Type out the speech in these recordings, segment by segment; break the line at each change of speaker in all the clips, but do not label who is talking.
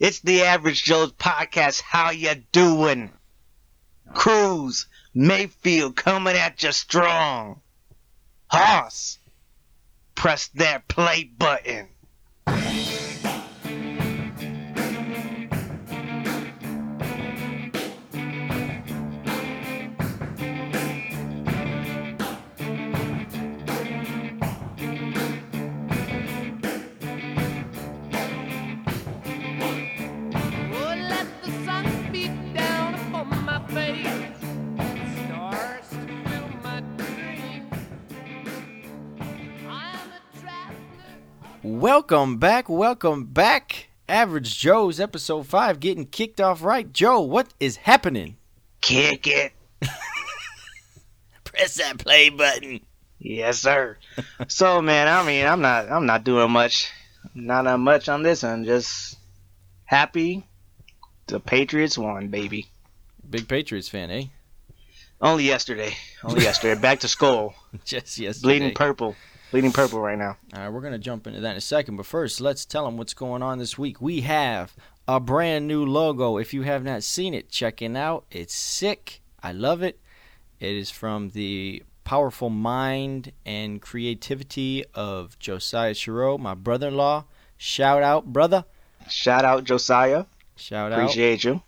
It's the Average Joe's podcast. How you doing? Cruz, Mayfield coming at you strong. Hoss, press that play button.
Oh, let the sun beat down upon my face. Stars to fill my dreams. I'm a traveler.
Welcome back, welcome back. Average Joe's episode 5 getting kicked off right. Joe, what is happening?
Kick it.
Press that play button.
Yes, sir. so man, I mean, I'm not, I'm not doing much, not uh, much on this. I'm just happy the Patriots won, baby.
Big Patriots fan, eh?
Only yesterday, only yesterday. Back to school,
Just yes.
bleeding purple, bleeding purple right now.
All right, we're going to jump into that in a second, but first, let's tell them what's going on this week. We have a brand new logo. If you have not seen it, check it out. It's sick. I love it. It is from the powerful mind and creativity of Josiah Shiro, my brother in law. Shout out, brother.
Shout out Josiah,
Shout out.
appreciate you.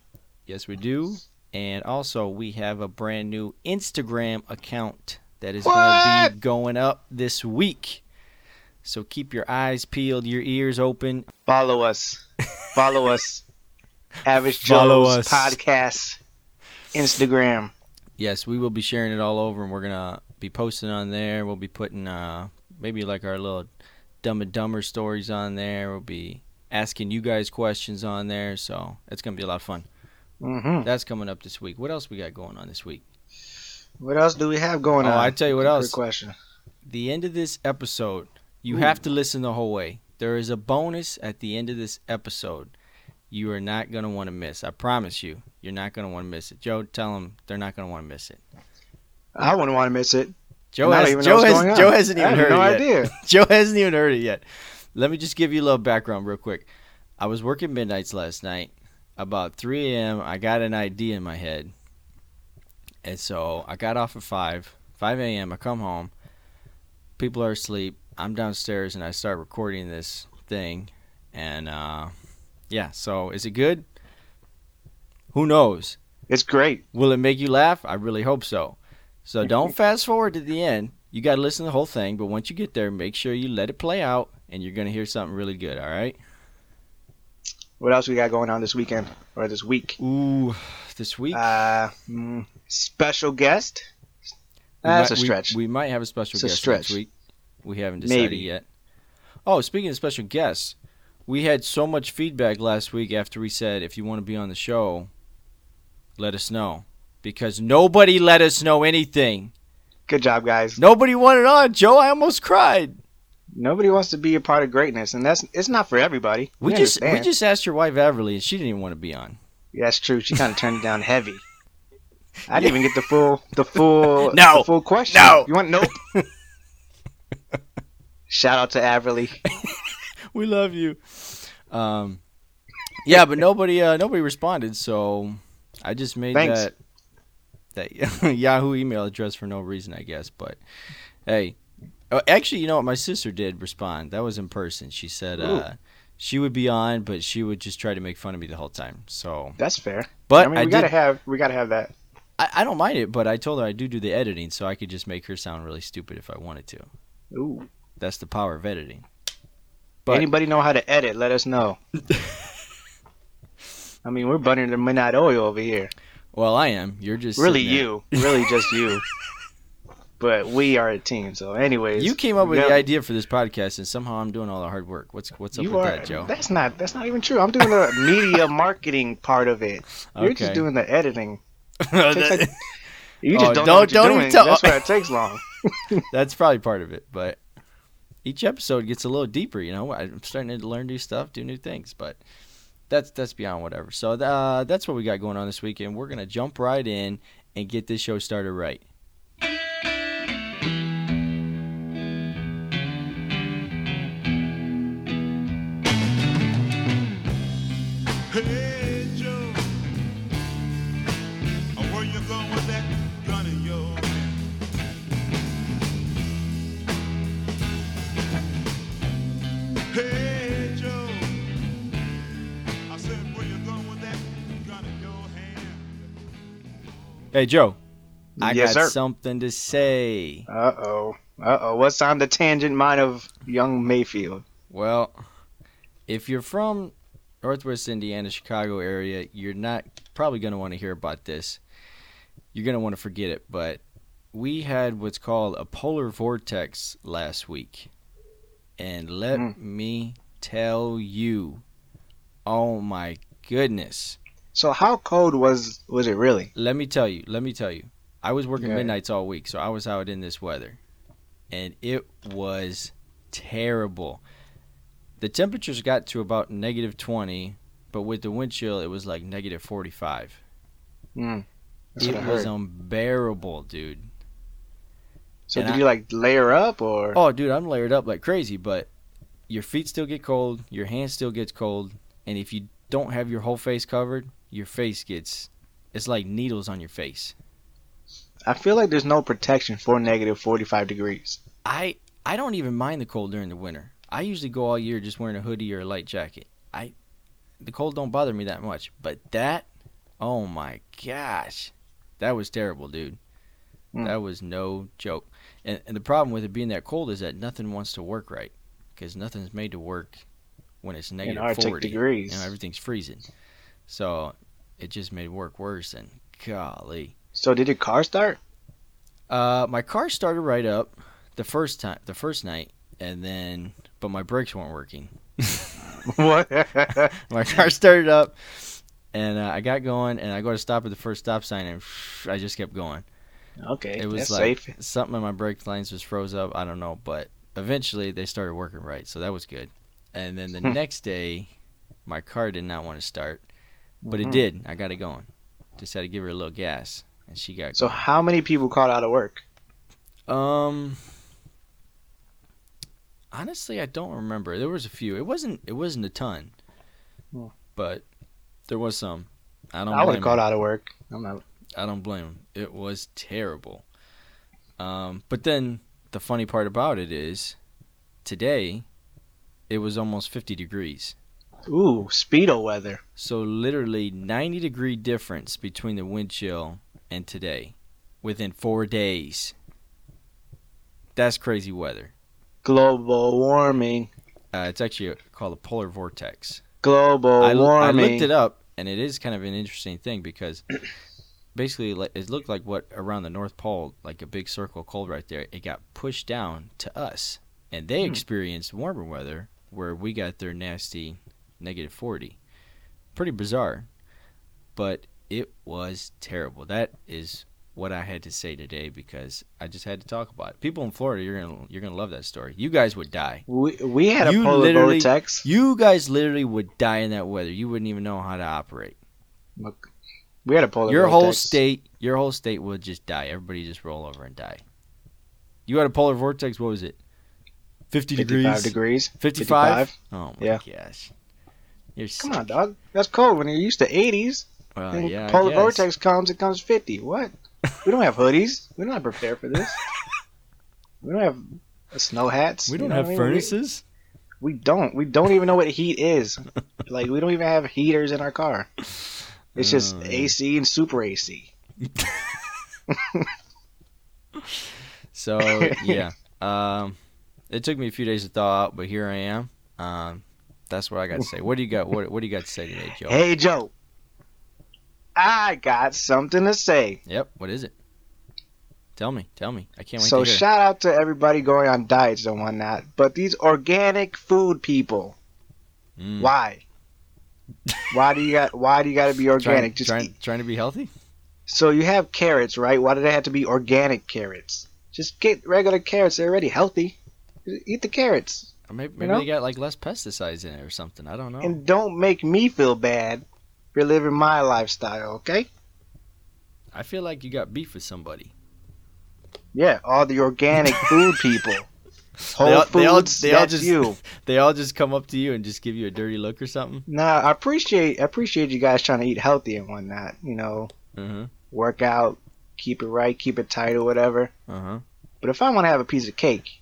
Yes, we do. And also, we have a brand new Instagram account that is going to be
What?
going up this week. So keep your eyes peeled, your ears open.
Follow us, follow us. Average
Follow
Joe's
us.
podcast, Instagram.
Yes, we will be sharing it all over, and we're gonna be posting on there. We'll be putting uh, maybe like our little Dumb and Dumber stories on there. We'll be asking you guys questions on there. So it's gonna be a lot of fun.
hmm
That's coming up this week. What else we got going on this week?
What else do we have going
Oh,
on?
I tell you what
Good
else.
question.
the end of this episode, you have to listen the whole way. There is a bonus at the end of this episode. You are not going to want to miss. I promise you. You're not going to want to miss it. Joe, tell them they're not going to want to miss it.
I wouldn't want to miss it.
Joe,
And I don't
has,
even know
Joe,
what's going
has,
on.
Joe hasn't
I
even
have
heard
no
it yet.
idea.
Joe hasn't even heard it yet. Let me just give you a little background real quick. I was working midnights last night. About 3 a.m., I got an idea in my head. And so I got off at 5, 5 a.m., I come home. People are asleep. I'm downstairs and I start recording this thing. And uh, yeah, so is it good? Who knows?
It's great.
Will it make you laugh? I really hope so. So don't fast forward to the end. You got to listen to the whole thing, but once you get there, make sure you let it play out and you're going to hear something really good, all right?
What else we got going on this weekend or this week?
Ooh, this week
Uh, mm, special guest.
we
That's
might-
a
we-
stretch.
We, might have a special
It's a
guest
stretch.
next week. We haven't decided
Maybe.
yet. Oh, speaking of special guests, we had so much feedback last week after we said if you want to be on the show, let us know because nobody let us know anything.
Good job, guys.
Nobody wanted on, Joe. I almost cried.
Nobody wants to be a part of greatness, and that's it's not for everybody.
We just we
understand.
just asked your wife Everly, and she didn't even want to be on.
Yeah, that's true. She kind of turned it down heavy. I didn't even get the full the full
No.
the full question.
No.
you want nope. Shout out to Averly.
We love you. Um, yeah, but nobody uh, nobody responded, so I just made
Thanks.
that that Yahoo email address for no reason, I guess. But hey, oh, actually, you know what? My sister did respond. That was in person. She said uh, she would be on, but she would just try to make fun of me the whole time. So,
That's fair.
but
I
I,
mean, we
did,
gotta have we gotta have that.
I, I don't mind it. But I told her I do do the editing, so I could just make her sound really stupid if I wanted to.
Ooh.
That's the power of editing. But-
Anybody know how to edit? Let us know. I mean, we're burning the midnight oil over here.
Well, I am. You're just
Really,
sitting there.
you, really just you. But we are a team. So, anyways,
You came up with the
yeah,
idea for this podcast, and somehow I'm doing all the hard work. What's what's up
you
with
are.
that, Joe?
That's not. That's not even true. I'm doing the media marketing part of it. You're just
Okay.
doing the editing. It's like-
That-
you just
Oh,
don't, know what
don't-
you're
don't
doing.
even tell-
That's why it takes long.
That's probably part of it, but each episode gets a little deeper. You know, I'm starting to learn new stuff, do new things, but that's that's beyond whatever. So uh, that's what we got going on this weekend. We're gonna jump right in and get this show started right.
Hey Joe, Oh, where you going with that gun of yours? Hey Joe, I said where you going with that gun in your hand?
Hey, Joe. I
Yes,
got
sir.
something to say.
Uh oh. Uh oh. What's on the tangent mind of young Mayfield?
Well, if you're from Northwest Indiana, Chicago area, you're not probably going to want to hear about this. You're going to want to forget it, but we had what's called a polar vortex last week. And let
Mm.
me tell you, oh my goodness.
So how cold was was it really?
Let me tell you, let me tell you. I was working
Yeah.
midnights all week, so I was out in this weather. And it was terrible. The temperatures got to about negative 20, but with the wind chill, it was like negative 45.
Mm. That's
it
what I
was
heard.
unbearable, dude.
so
and
did
I-
you like layer up or?
Oh, dude, I'm layered up like crazy, but your feet still get cold, your hands still gets cold, and if you don't have your whole face covered, your face gets it's like needles on your face.
I feel like there's no protection for negative 45 degrees.
I I don't even mind the cold during the winter. I usually go all year just wearing a hoodie or a light jacket. I the cold don't bother me that much, but that oh my gosh. That was terrible, dude.
Mm.
That was no joke. And and the problem with it being that cold is that nothing wants to work right cuz nothing's made to work when it's
In
negative
Arctic
40
degrees.
you know, everything's freezing. So it just made work worse and golly.
So did your car start?
Uh, my car started right up the first time, the first night, and then, but my brakes weren't working.
What?
My car started up, and uh, I got going, and I go to stop at the first stop sign, and I just kept going.
okay,
It was
that's
like
safe.
something in my brake lines was froze up. I don't know, but eventually they started working right, so that was good. And then the
Hmm.
next day, my car did not want to start, but
Mhm.
it did. I got it going. Just had to give her a little gas, and she got
So how many people called out of work?
Um Honestly, I don't remember. There was a few. It wasn't it wasn't a ton.
Hmm.
But there was some. I don't
I would
blame
have
'em.
called out of work. I'm not.
I don't blame 'em. It was terrible. Um but then the funny part about it is today it was almost 50 degrees.
Ooh, speedo weather.
So literally 90 degree difference between the wind chill and today within 4 days. That's crazy weather.
Global warming.
Uh, it's actually called a polar vortex.
Global
I, l-
warming.
I looked it up, and it is kind of an interesting thing because basically like, it looked like what around the North Pole, like a big circle of cold right there, it got pushed down to us. And they experienced warmer weather where we got their nasty negative 40. Pretty bizarre, but it was terrible. That is what I had to say today because I just had to talk about it. People in Florida, you're gonna you're gonna love that story. You guys would die.
We, we had a
You
polar
literally-
vortex.
You guys literally would die in that weather. You wouldn't even know how to operate.
Look, we had a polar
your
vortex.
whole state, your whole state would just die. Everybody just roll over and die. You had a polar vortex. What was it? Fifty
55
degrees.
degrees.
55? Oh my
Yeah.
gosh. You're
Come
sick.
on, dog. That's cold when you're used to 80s.
Well,
Then
Uh, yeah, I
polar
guess.
vortex comes, it comes 50. What? We don't have hoodies. We're not prepared for this. we don't have snow hats.
We
you
don't
know
have
what I mean?
furnaces.
We, we don't. We don't even know what heat is. like, we don't even have heaters in our car. It's just
Oh.
AC and super AC.
So yeah, um, it took me a few days to thaw out, but here I am. Um, that's what I got to say. What do you got? What What do you got to say today, Joe?
Hey, Joe. I got something to say.
Yep. What is it? Tell me. Tell me. I can't wait.
So
to hear. it.
shout out to everybody going on diets and whatnot. But these organic food people,
Mm.
why? why do you got? Why do you got to be organic?
Trying,
Just
trying,
eat.
trying to be healthy.
so you have carrots, right? Why do they have to be organic carrots? Just get regular carrots. They're already healthy. Eat the carrots
Or Maybe, maybe
know?
they got like less pesticides in it or something. I don't know.
and don't make me feel bad for living my lifestyle. Okay?
I feel like you got beef with somebody.
Yeah, all the organic food people. Whole
they all,
Foods.
they all- they all
that's
just
you.
they all just come up to you and just give you a dirty look or something.
Nah, I appreciate I appreciate you guys trying to eat healthy and whatnot. You know,
Uh
Mm-hmm, work out, keep it right, keep it tight or whatever.
huh. Uh huh.
But if I want to have a piece of cake,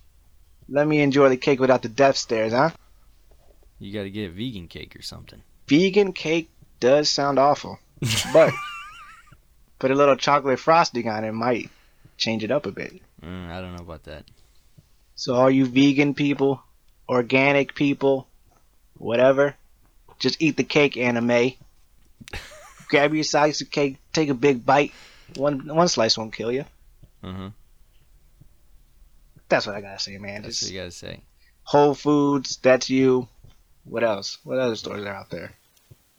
let me enjoy the cake without the death stares, huh?
You got to get a vegan cake or something.
Vegan cake does sound awful, but put a little chocolate frosting on it might change it up a bit.
Mm, I don't know about that.
So all you vegan people, organic people, whatever, just eat the cake anime. Grab your slice of cake, take a big bite. One one slice won't kill you.
Uh huh.
That's what I gotta say, man.
That's what
Just
you got to say.
Whole Foods, that's you. What else? What other stores are out there?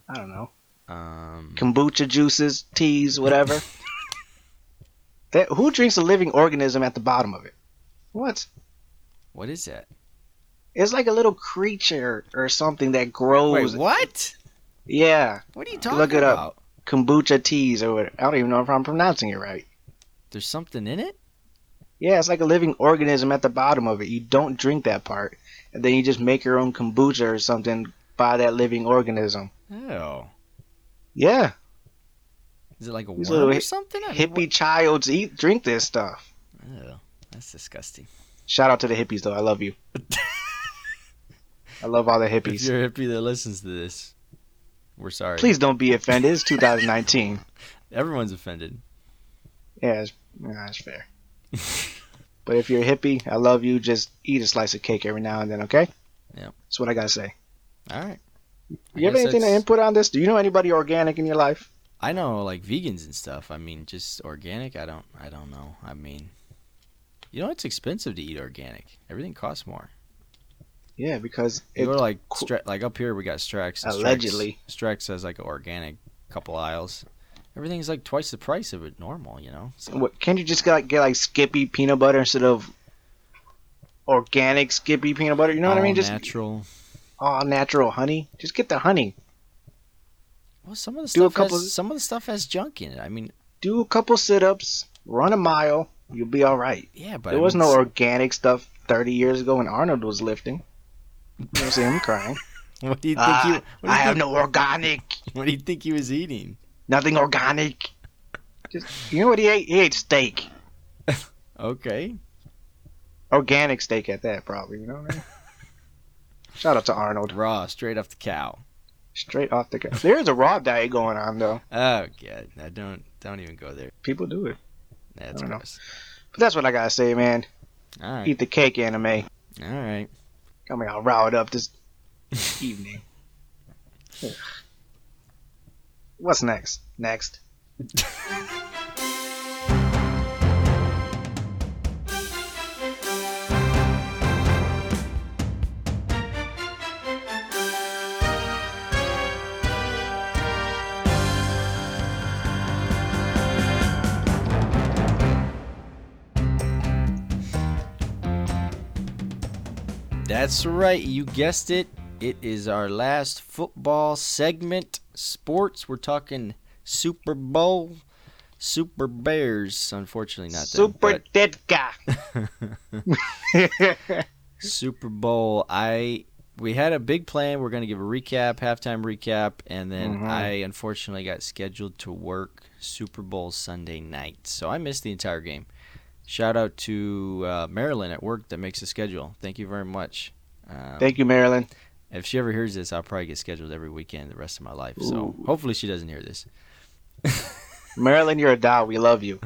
I don't know.
Um,
Kombucha juices, teas, whatever. that, who drinks a living organism at the bottom of it? What?
what is that?
It's like a little creature or something that grows.
Wait, what?
Yeah.
What are you talking
Look it up.
about?
kombucha teas or what I don't even know if I'm pronouncing it right.
There's something in it.
Yeah, it's like a living organism at the bottom of it. You don't drink that part, and then you just make your own kombucha or something by that living organism.
Oh,
Yeah,
is it like a
These
worm
little hi-
or something? I mean,
hippie childs eat drink this stuff.
what- Ew, that's disgusting.
Shout out to the hippies though. I love you. I love all the
If
hippies.
you're a hippie that listens to this, we're sorry.
Please don't be offended. It's 2019.
everyone's offended.
Yeah, it's, yeah, that's fair. but if you're a hippie, I love you. Just eat a slice of cake every now and then, okay?
Yeah.
That's what I gotta say.
All right. I
You have
guess
anything to
that's-
input on this? Do you know anybody organic in your life?
I know like vegans and stuff. I mean, just organic. I don't. I don't know. I mean, you know, it's expensive to eat organic. Everything costs more.
Yeah, because
You
it,
go to like
qu-
Stra- like up here, we got Strax. and Strax-
Allegedly.
Strax has like an organic couple aisles. Everything's like twice the price of it normal. You know. So,
what, can't you just get like get like Skippy peanut butter instead of organic Skippy peanut butter? You know what I
all
mean? Just
natural.
all natural honey. Just get the honey.
Well, some of the
do a
stuff
couple-
has, some of the stuff has junk in it. I mean,
Do a couple sit-ups, run a mile, you'll be all right.
yeah, but I
there was
mean,
no
s-
organic stuff 30 years ago when Arnold was lifting. You don't see him crying.
What do you think?
Ah,
he, what, do you
I have
think
no organic.
what do you think he was eating?
Nothing organic. Just you know what he ate? He ate steak.
Okay.
organic steak at that, probably. You know what I mean? Shout out to Arnold.
Raw, straight off the cow.
Straight off the gut. There is a raw diet going on though.
Oh god, I don't don't even go there.
People do it.
That's
I don't know.
gross.
But that's what I gotta say, man.
All right,
Eat the cake anime.
all right.
Got me all riled up this evening. Ugh. What's next? Next.
That's right. You guessed it. It is our last football segment. Sports. We're talking Super Bowl. Super Bears. Unfortunately, not them,
Super
but-
dead guy.
Super Bowl. I we had a big plan. We're going to give a recap, halftime recap, and then
Mhm.
I unfortunately got scheduled to work Super Bowl Sunday night, so I missed the entire game. Shout out to uh, Marilyn at work that makes the schedule. Thank you very much. Um,
Thank you, Marilyn.
if she ever hears this, I'll probably get scheduled every weekend the rest of my life. So
Ooh.
hopefully she doesn't hear this.
Marilyn, you're a doll. We love you.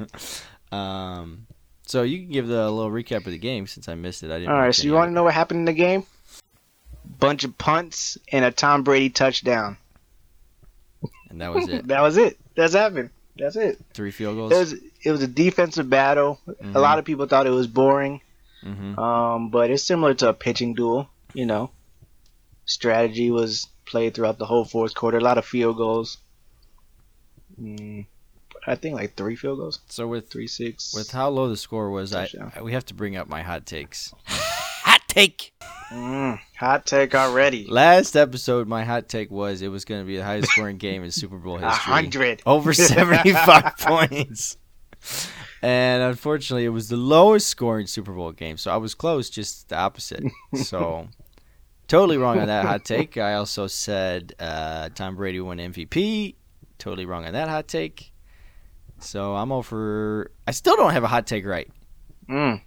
Um, so you can give the little recap of the game since I missed it. I didn't.
All right.
watch
So
any
you
of
want
it.
to know what happened in the game? Bunch of punts and a Tom Brady touchdown.
And that was it.
That was it. That's happened. That's it.
Three field
it
goals.
was it was a defensive battle. A lot of people thought it was boring,
hmm
um, but it's similar to a pitching duel. You know, strategy was played throughout the whole fourth quarter. A lot of field goals. Mm, I think like three field goals,
So with
three six.
With how low the score was, I,
Touchdown.
I we have to bring up my hot takes. hot take.
mm, hot take already.
Last episode, my hot take was it was going to be the highest scoring game in Super Bowl
A
history,
hundred.
over seventy five points. And unfortunately, it was the lowest scoring Super Bowl game. So I was close, just the opposite. So totally wrong on that hot take. I also said uh, Tom Brady won MVP. Totally wrong on that hot take. So I'm over. I still don't have a hot take right.
Mm.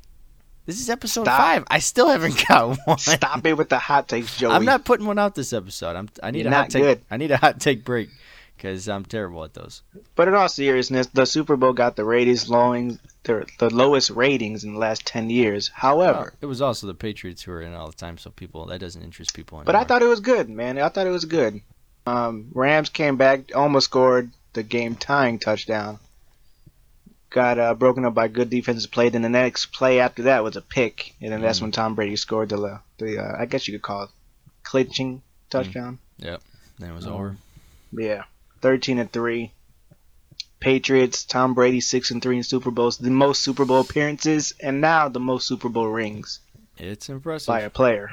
This is episode
Stop.
five. I still haven't got one.
Stop it with the hot takes, Joey.
I'm not putting one out this episode. I'm, I need
You're
a hot
not
take.
good.
I need a hot take break because I'm terrible at those.
But in all seriousness, the Super Bowl got the ratings lowing the, the lowest ratings in the last ten years. However,
Well, Uh, it was also the Patriots who were in all the time, so people that doesn't interest people. Anymore.
but I thought it was good, man. I thought it was good. Um, Rams came back, almost scored the game tying touchdown. Got uh, broken up by good defensive play. Then the next play after that was a pick, and then that's
Mhm.
when Tom Brady scored the le- the uh, I guess you could call it clinching touchdown.
that was
Oh.
over.
Yeah, thirteen and three. Patriots, Tom Brady six and three in Super Bowls, the most Super Bowl appearances, and now the most Super Bowl rings
It's impressive.
Mm-hmm. by a player.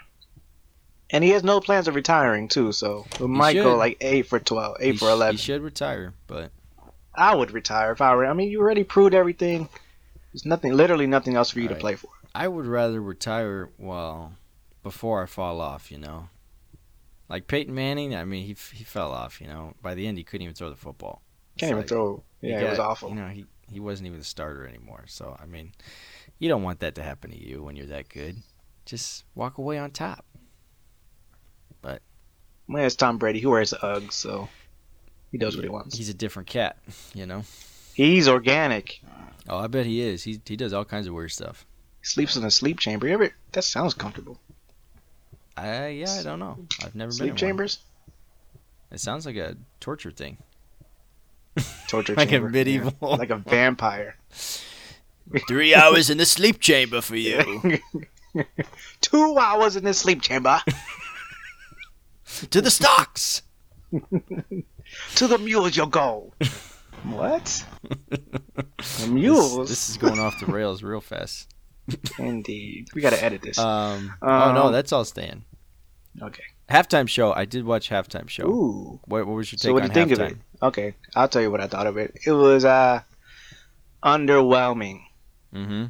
And he has no plans of retiring too, so it might go
should.
like eight for twelve, eight
He
for
sh-
eleven.
He should retire, but
I would retire if I were. I mean, you already proved everything. There's nothing, literally nothing else for you to
Right.
play for.
I would rather retire well before I fall off. You know, like Peyton Manning. I mean, he f- he fell off. You know, by the end he couldn't even throw the football.
Can't even
like-
throw.
He
Yeah, it was
got-
awful.
You know, he he wasn't even the starter anymore. So I mean, you don't want that to happen to you when you're that good. Just walk away on top.
Well, it's Tom Brady. He wears Uggs, so he does what he wants.
He's a different cat. You know.
He's organic.
Oh, I bet he is. He he does all kinds of weird stuff.
He sleeps in a sleep chamber. You ever- That sounds comfortable.
I yeah, I don't know. I've never been in
Sleep
one.
chambers.
It sounds like a torture thing.
torture
Like a
chamber.
medieval-
yeah. like a vampire.
Three hours in the sleep chamber for you.
Two hours in this sleep chamber
to the stocks.
to the mules you go. what? The
This,
mules.
this is going off the rails real fast.
Indeed, we gotta edit this.
Um, oh no,
Um,
that's all staying.
okay.
Halftime show. I did watch halftime show.
Ooh.
What, what was your take
So what do
on
you think of
halftime?
it? Okay, I'll tell you what I thought of it. It was uh, underwhelming.
Mm-hmm.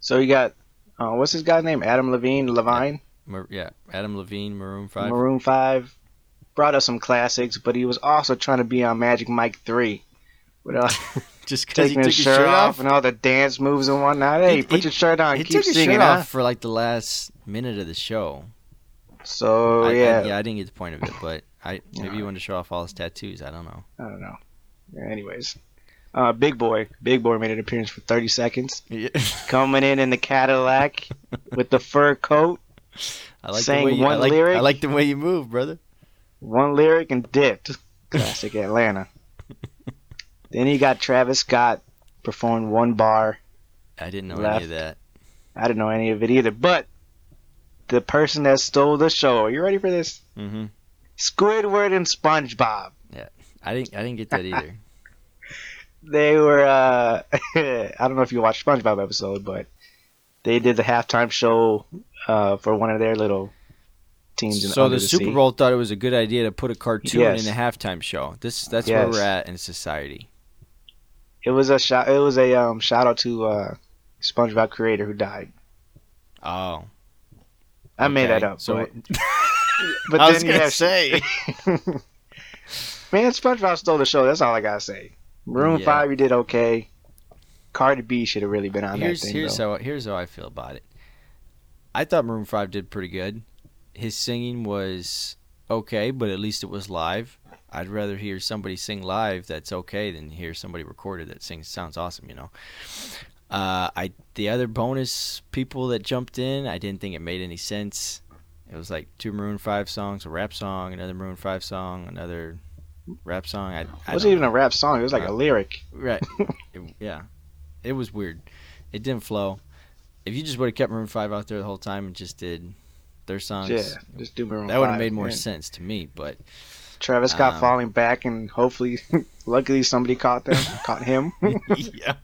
So you got uh, what's this guy's name? Adam Levine, Levine,
Mar- yeah, Adam Levine, Maroon Five.
Maroon Five. Brought us some classics, but he was also trying to be on Magic Mike Three. With all-
Just because he
taking
took
his shirt, off
He,
and all the dance moves and whatnot. Hey,
He-
put
he-
your shirt on. Keep
took his
singing.
shirt
huh?
off for like the last minute of the show.
So
I, I-
Oh, yeah, I,
yeah, I didn't get the point of it, but I maybe
Yeah.
he wanted to show off all his tattoos. I don't know.
don't know. Yeah, Anyways, uh, Big Boy, Big Boy made an appearance for 30 seconds, coming in in the Cadillac with the fur coat,
I like
Sang
the way you, I
one
like, I
lyric.
like the way you move, brother.
one lyric and dipped. Classic Atlanta. then he got Travis Scott performed one bar.
I didn't know any
Left.
of that.
I didn't know any of it either, but the person that stole the show. Are you ready for this?
hmm
Squidward and SpongeBob.
I didn't. I didn't get that either.
they were uh I don't know if you watched SpongeBob episode, but they did the halftime show uh for one of their little teams in
so
Under
the
the
Super
Sea.
Bowl thought it was a good idea to put a cartoon
Yes.
in a halftime show. This that's where
Yes.
we're at in society.
It was a shout it was a um shout out to uh SpongeBob creator who died.
Oh,
I made
okay.
that up.
So
but, but
I
then
was
you
gonna
have-
say.
Man, SpongeBob stole the show, that's all I gotta say. Maroon
Yeah.
five you did okay. Cardi B should have really been on
here's
that thing.
here's
though.
how here's how I feel about it. I thought Maroon Five did pretty good. His singing was okay, but at least it was live. I'd rather hear somebody sing live that's okay than hear somebody recorded that sings sounds awesome. You know. Uh, I the other bonus people that jumped in, I didn't think it made any sense. It was like two Maroon Five songs, a rap song, another Maroon Five song, another rap song. I, I
it wasn't
don't
even a rap song, it was like
Uh,
a lyric.
Right. It- yeah. It was weird. It didn't flow. If you just would have kept Maroon Five out there the whole time and just did their songs,
Yeah, just do Maroon
that would have
five,
made more
man.
sense to me. But
Travis Scott
Um,
falling back, and hopefully, luckily, somebody caught them, caught him.
yeah.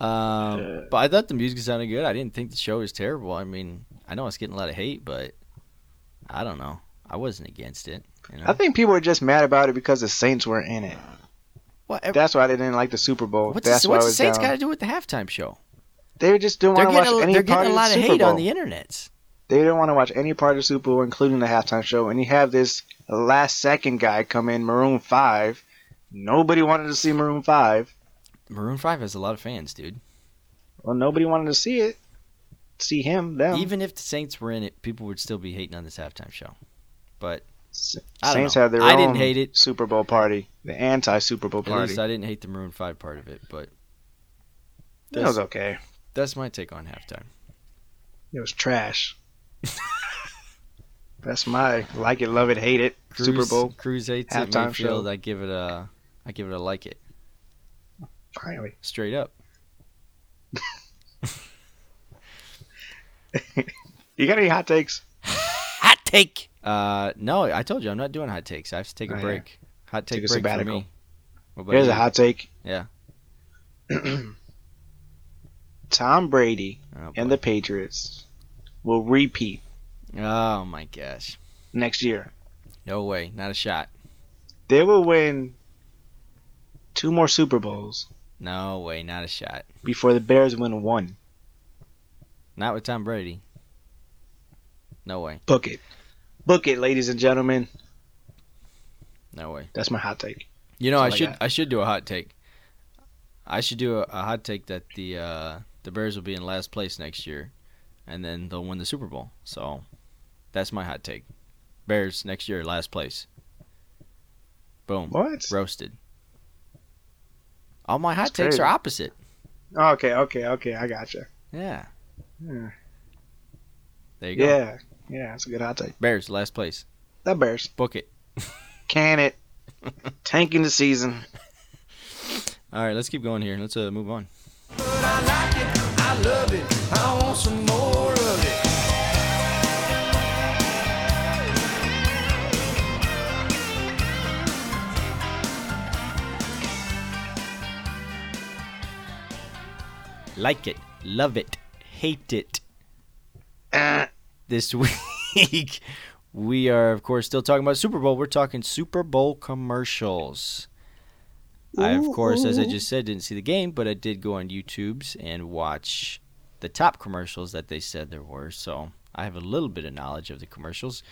Um, but I thought the music sounded good. I didn't think the show was terrible. I mean, I know it's getting a lot of hate, but I don't know. I wasn't against it. You know?
I think people are just mad about it because the Saints were in it.
Well, ev-
That's why they didn't like the Super Bowl.
what's,
That's
the,
why it
what's the
was
Saints
down.
got to do with the halftime show?
They just didn't
They're
want to watch
getting a,
any
they're
part
getting a
of
lot
the
of
Super
hate
Bowl.
on the internet.
they didn't want to watch any part of the Super Bowl, including the halftime show. And you have this last second guy come in, Maroon Five. Nobody wanted to see Maroon Five.
Maroon Five has a lot of fans, dude.
Well, nobody wanted to see it. See him, them.
Even if the Saints were in it, people would still be hating on this halftime show. But
S-
I don't
Saints
know.
had their
I
own
didn't hate it.
Super Bowl party, the anti-Super Bowl
at
party.
least I didn't hate the Maroon Five part of it. But
That
that's,
was okay.
that's my take on halftime.
It was trash. That's my like it, love it, hate it.
Cruz,
Super Bowl.
Cruz hates it.
halftime
Mayfield,
show.
I give it a, I give it a like it
Finally,
straight up.
you got any hot takes?
Hot take. Uh, no, I told you I'm not doing hot takes. I have to take a
Oh, yeah.
break. Hot take
Take a
break for
sabbatical.
me. What about
Here's a
you?
hot take.
Yeah.
Tom Brady
Oh,
and
boy.
the Patriots will repeat
oh my gosh.
next year.
No way. Not a shot.
They will win two more Super Bowls
No way. Not a shot.
before the Bears win one.
Not with Tom Brady. No way.
Book it. Book it, ladies and gentlemen.
No way.
That's my hot take.
You know, I
That's all I
should I, should do a hot take. I should do a, a hot take that the uh, the Bears will be in last place next year, and then they'll win the Super Bowl. So that's my hot take. Bears next year last place. Boom.
What?
Roasted. All my hot
That's
takes
crazy.
are opposite.
Okay, okay, okay. I gotcha.
Yeah.
Yeah.
There you go.
Yeah, yeah. That's a good hot take.
Bears last place.
That Bears
Book it.
can it. Tanking the season.
All right, let's keep going here. Let's uh, move on. Like it, love it, hate it.
Uh,
This week, we are, of course, still talking about Super Bowl. We're talking Super Bowl commercials. I, of course, as I just said, didn't see the game, but I did go on YouTube's and watch the top commercials that they said there were. So I have a little bit of knowledge of the commercials.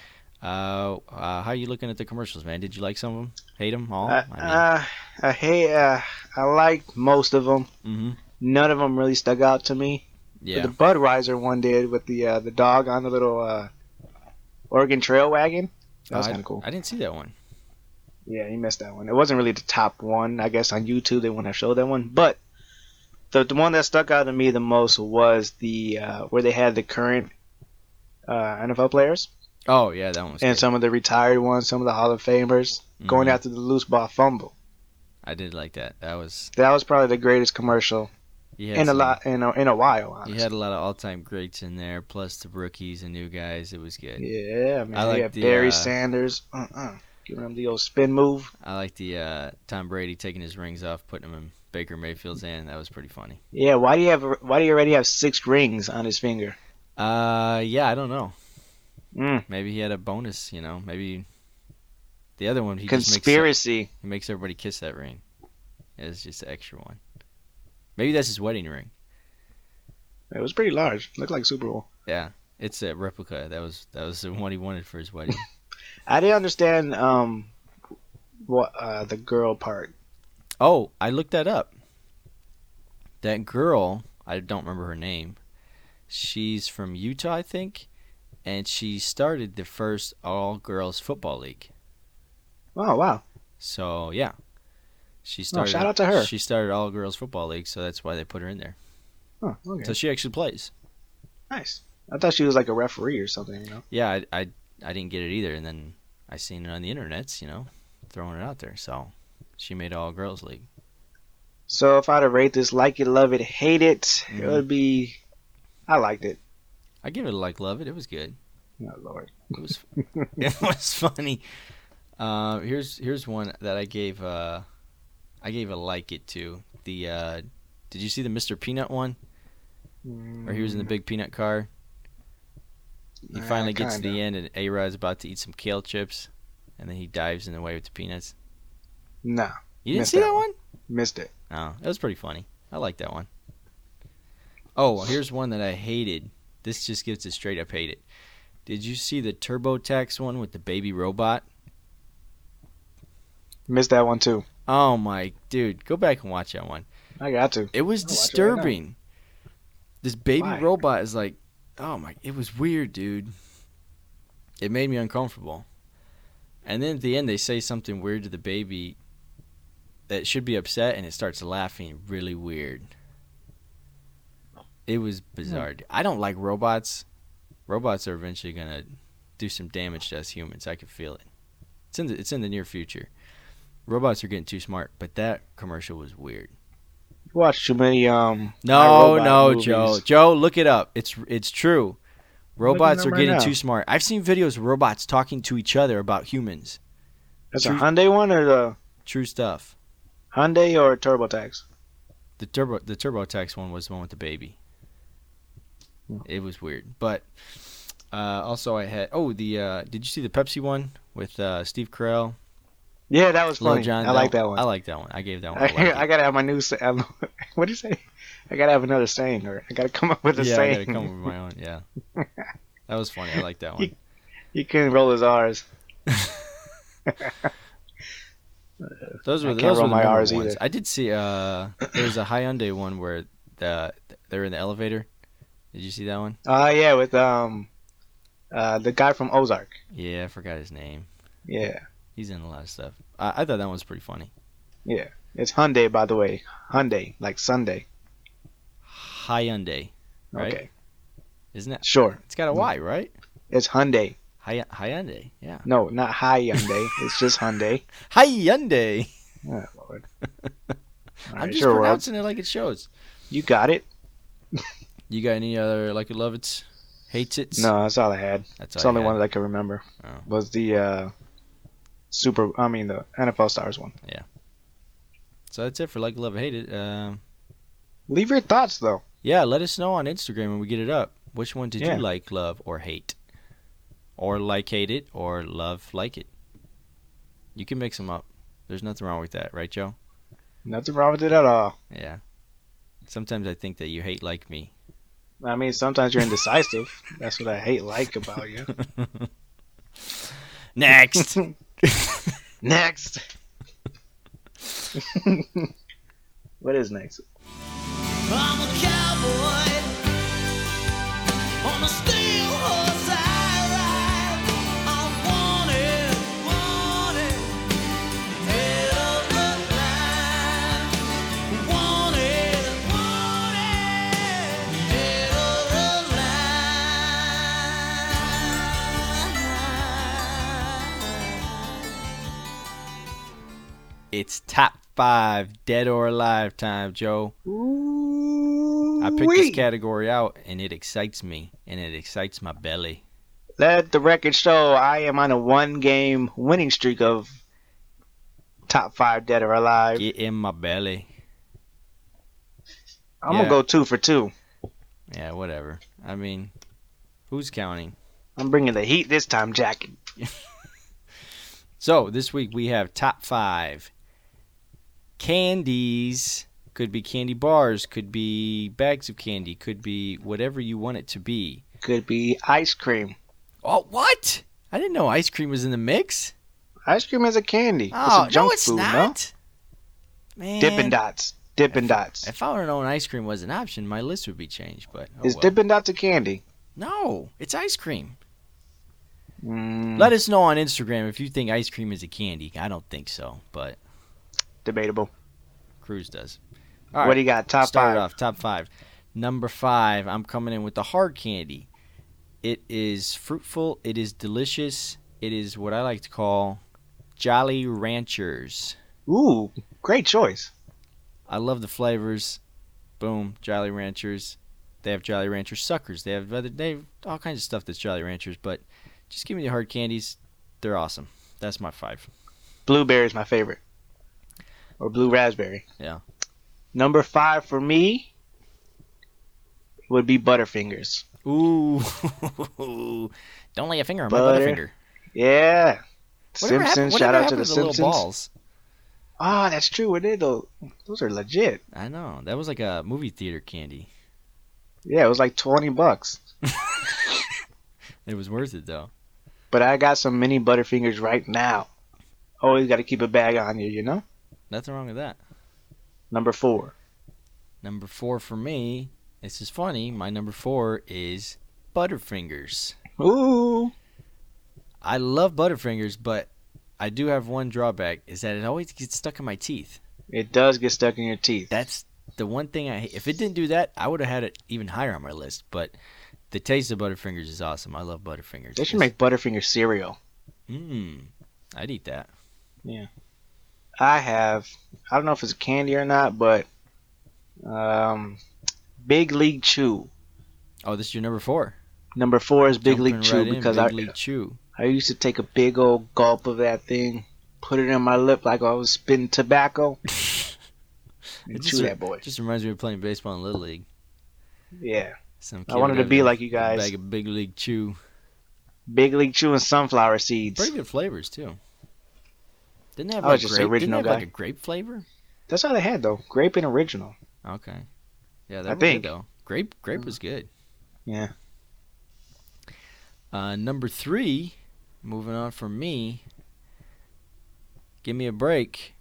Uh, uh, how you looking at the commercials, man? Did you like some of them? Hate them all?
I,
I
uh, I hate. Uh, I liked most of them.
mean, mhm.
None of them really stuck out to me.
yeah,
The Budweiser one did with the uh, the dog on the little uh, Oregon Trail wagon. That was
Uh, I-
kind of cool.
I didn't see that one.
Yeah, you missed that one. It wasn't really the top one. I guess on YouTube they wouldn't have showed that one, but the, the one that stuck out to me the most was the uh, where they had the current uh, NFL players
Oh yeah, that one was.
and
good.
some of the retired ones, some of the Hall of Famers going
Mhm.
after the loose ball fumble.
I did like that. That was.
That was probably the greatest commercial
You had
in a
some-
lot in a, in a while. Honestly.
You had a lot of all-time greats in there, plus the rookies and new guys. It was good.
Yeah, man.
I
I
like
had
the,
Barry
uh,
Sanders. Uh uh Giving him the old spin move.
I like the uh, Tom Brady taking his rings off, putting them in Baker Mayfield's hand. That was pretty funny.
Yeah, why do you have why do you already have six rings on his finger?
Uh, yeah, I don't know.
Mm.
Maybe he had a bonus. You know, maybe the other one he just makes,
Conspiracy.
he makes everybody kiss that ring. It's just the extra one. Maybe that's his wedding ring.
It was pretty large. Looked like Super Bowl.
It's a replica. That was that was the one he wanted for his wedding.
I didn't understand um what uh the girl part.
Oh, I looked that up. That girl, I don't remember her name. She's from Utah, I think, and she started the first all-girls football league.
Oh wow.
So yeah, she started.
Oh, shout out to her.
She started all-girls football league, so that's why they put her in there.
Oh, okay.
So she actually plays.
nice. I thought she was like a referee or something, you know.
Yeah, I, I I didn't get it either, and then I seen it on the internets, you know, throwing it out there. So she made all-girls league.
So if I'd have rate this like it, love it, hate it, it
Mhm.
would be I liked it.
I give it a like, love it. It was good.
Oh lord.
It was it was funny. Uh, here's here's one that I gave uh, I gave a like it to the. Uh, did you see the Mr. Peanut one where he was in the
Mm.
big peanut car? He
Nah,
finally gets to the
Mm, kinda.
end and A Rod's about to eat some kale chips, and then he dives in the way with the peanuts.
No.
You didn't
Missed
see
that
that one?
Missed it.
Oh, that was pretty funny. I like that one. Oh, here's one that I hated. This just gives it straight up hate it. Did you see the TurboTax one with the baby robot?
Missed that one too.
Oh my dude, go back and watch that one.
I got to.
It was
I'll watch it right now.
disturbing. this baby
Why?
robot is like, oh my, it was weird, dude. It made me uncomfortable. And then at the end, they say something weird to the baby that should be upset, and it starts laughing really weird. It
Hmm.
was bizarre. I don't like robots. Robots are eventually gonna do some damage to us humans. I can feel it. It's in the it's in the near future. Robots are getting too smart, but that commercial was weird.
You watch too many um.
No,
iRobot
no,
movies.
Joe. Joe, look it up. It's it's true.
looking at
Robots are
them right
getting
now.
too smart. I've seen videos of robots talking to each other about humans.
That's a
True-
Hyundai one or the
True stuff.
Hyundai or TurboTax.
The turbo the TurboTax one was the one with the baby. It was weird, but uh, also I had oh the uh, did you see the Pepsi one with uh, Steve Carell,
Yeah, that was
Lil
funny.
Jon?
I like that one.
I like that one. I gave that one.
I,
I, liked
I
it.
gotta have my new. sa- I- What do you say? I gotta have another saying, or I gotta come up with a
yeah, I
saying.
gotta come up with my own. Yeah, that was funny. I like that one.
He couldn't roll his R's.
Those
I
were the,
can't
those
roll
were the
my
memorable
Rs either.
ones. I did see uh there was a Hyundai one where the they're in the elevator. Did you see that one?
Uh yeah, with um, uh, the guy from Ozark.
Yeah, I forgot his name.
Yeah,
He's in a lot of stuff. I, I thought that one was pretty funny.
yeah. It's Hyundai, by the way. Hyundai, like Sunday.
Hyundai, right?
Okay,
Isn't it?
sure.
It's got a Y, right?
It's Hyundai.
Hy- Hyundai, yeah.
No, not Hi Hyundai. it's just Hyundai.
Hyundai.
Oh, Lord. All
I'm
right,
just
your world.
pronouncing it like it shows.
You got it.
You got any other like it, love it, hates it?
No, that's all I had.
that's
It's
all
the
I
only
had.
one that I can remember.
Oh.
Was the uh, Super? I mean, the NFL Stars one.
So that's it for like it, love it, hate it. Um,
Leave your thoughts though.
Yeah, let us know on Instagram when we get it up. Which one did
Yeah.
you like, love, or hate? Or like hate it, or love like it. You can mix them up. There's nothing wrong with that, right, Joe?
Nothing wrong with it at all.
Yeah. Sometimes I think that you hate like me.
I mean, sometimes you're indecisive. That's what I hate like about you.
Next.
Next. what is next?
I'm a cowboy on a steel horse I ride. I'm wanted, wanted, head of the line. Wanted, wanted, head of the line.
it's top five dead or alive time, Joe. I picked
Wee.
this category out, and it excites me, and it excites my belly.
Let the record show I am on a one game winning streak of top five dead or alive.
Get in my belly.
I'm
yeah.
gonna go two for two.
Yeah, whatever. I mean, who's counting?
I'm bringing the heat this time, Jack.
So this week we have top five candies. Could be candy bars, could be bags of candy, could be whatever you want it to be.
Could be ice cream.
Oh, what? I didn't know ice cream was in the mix.
Ice cream is a candy.
Oh,
it's a junk
no, it's
food,
not. Man,
no? Dippin' Dots. Dippin' Dots.
If I would have known ice cream was an option, my list would be changed. But oh
is
well.
Dippin' Dots a candy?
no, it's ice cream.
Mm,
Let us know on Instagram if you think ice cream is a candy. I don't think so, but
debatable.
Cruz does.
what
All
do you got? Top
Start
five.
off top five. Number five, I'm coming in with the hard candy. It is fruitful. It is delicious. It is what I like to call Jolly Ranchers.
Ooh, great choice.
I love the flavors. Boom, Jolly Ranchers. They have Jolly Rancher suckers. They have other, they have all kinds of stuff that's Jolly Ranchers. But just give me the hard candies. They're awesome. That's my five.
Blueberry is my favorite, or blue raspberry.
Yeah.
Number five for me would be Butterfingers.
Ooh, don't lay a finger on my
Butter.
butterfinger.
Yeah.
Whatever
Simpsons.
happened, whatever
Shout out to
happened
the
to the little
Simpsons.
balls?
Ah, that's true. It is though. Those are legit.
I know that was like a movie theater candy.
Yeah, it was like twenty bucks.
It was worth it though.
But I got some mini Butterfingers right now. Always got to keep a bag on you, you know.
Nothing wrong with that.
Number four.
Number four for me. This is funny. My number four is Butterfingers.
Ooh.
I love Butterfingers, but I do have one drawback: is that it always gets stuck in my teeth.
It does get stuck in your teeth.
That's the one thing I. If it didn't do that, I would have had it even higher on my list. But the taste of Butterfingers is awesome. I love Butterfingers.
They should make Butterfinger cereal.
Mmm. I'd eat that.
I have. I don't know if it's candy or not, but um, Big League Chew.
Oh, this is your number four.
Number four is Big
Jumping
League Chew
right in,
because
Big
I
League Chew.
I used to take a big old gulp of that thing, put it in my lip like I was spitting tobacco. and chew
re-
that boy.
Just reminds me of playing baseball in Little League.
Yeah.
Some
I
kid
wanted to
got
be
a
like you guys.
Bag of Big League Chew.
Big League Chew and sunflower seeds.
Pretty good flavors too. Didn't they have
I was
like
just
grape?
original
didn't they have
guy.
like a grape flavor?
That's all they had though. Grape and original.
Okay. Yeah,
I
that was
think.
good though. Grape grape was good.
Yeah.
Uh, number three, moving on from me. Give me a break.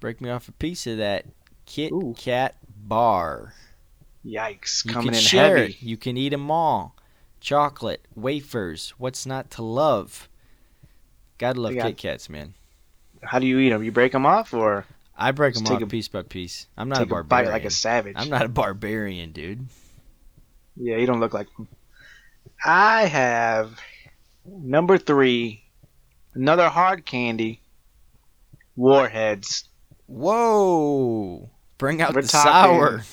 Break me off a piece of that Kit
Ooh.
Kat bar.
Yikes.
You
Coming
can
in
share
heavy.
it. You can eat them all. Chocolate, wafers. What's not to love? Gotta love
Yeah.
Kit Kats, man.
How do you eat them? You break them off or
I break
Just
them off
take a-
piece by piece. I'm not a
take a,
barbarian.
bite like a savage?
I'm not a barbarian, dude.
Yeah, you don't look like one. I have number three, another hard candy, Warheads.
Whoa! Bring out
We're
the
talking
sour.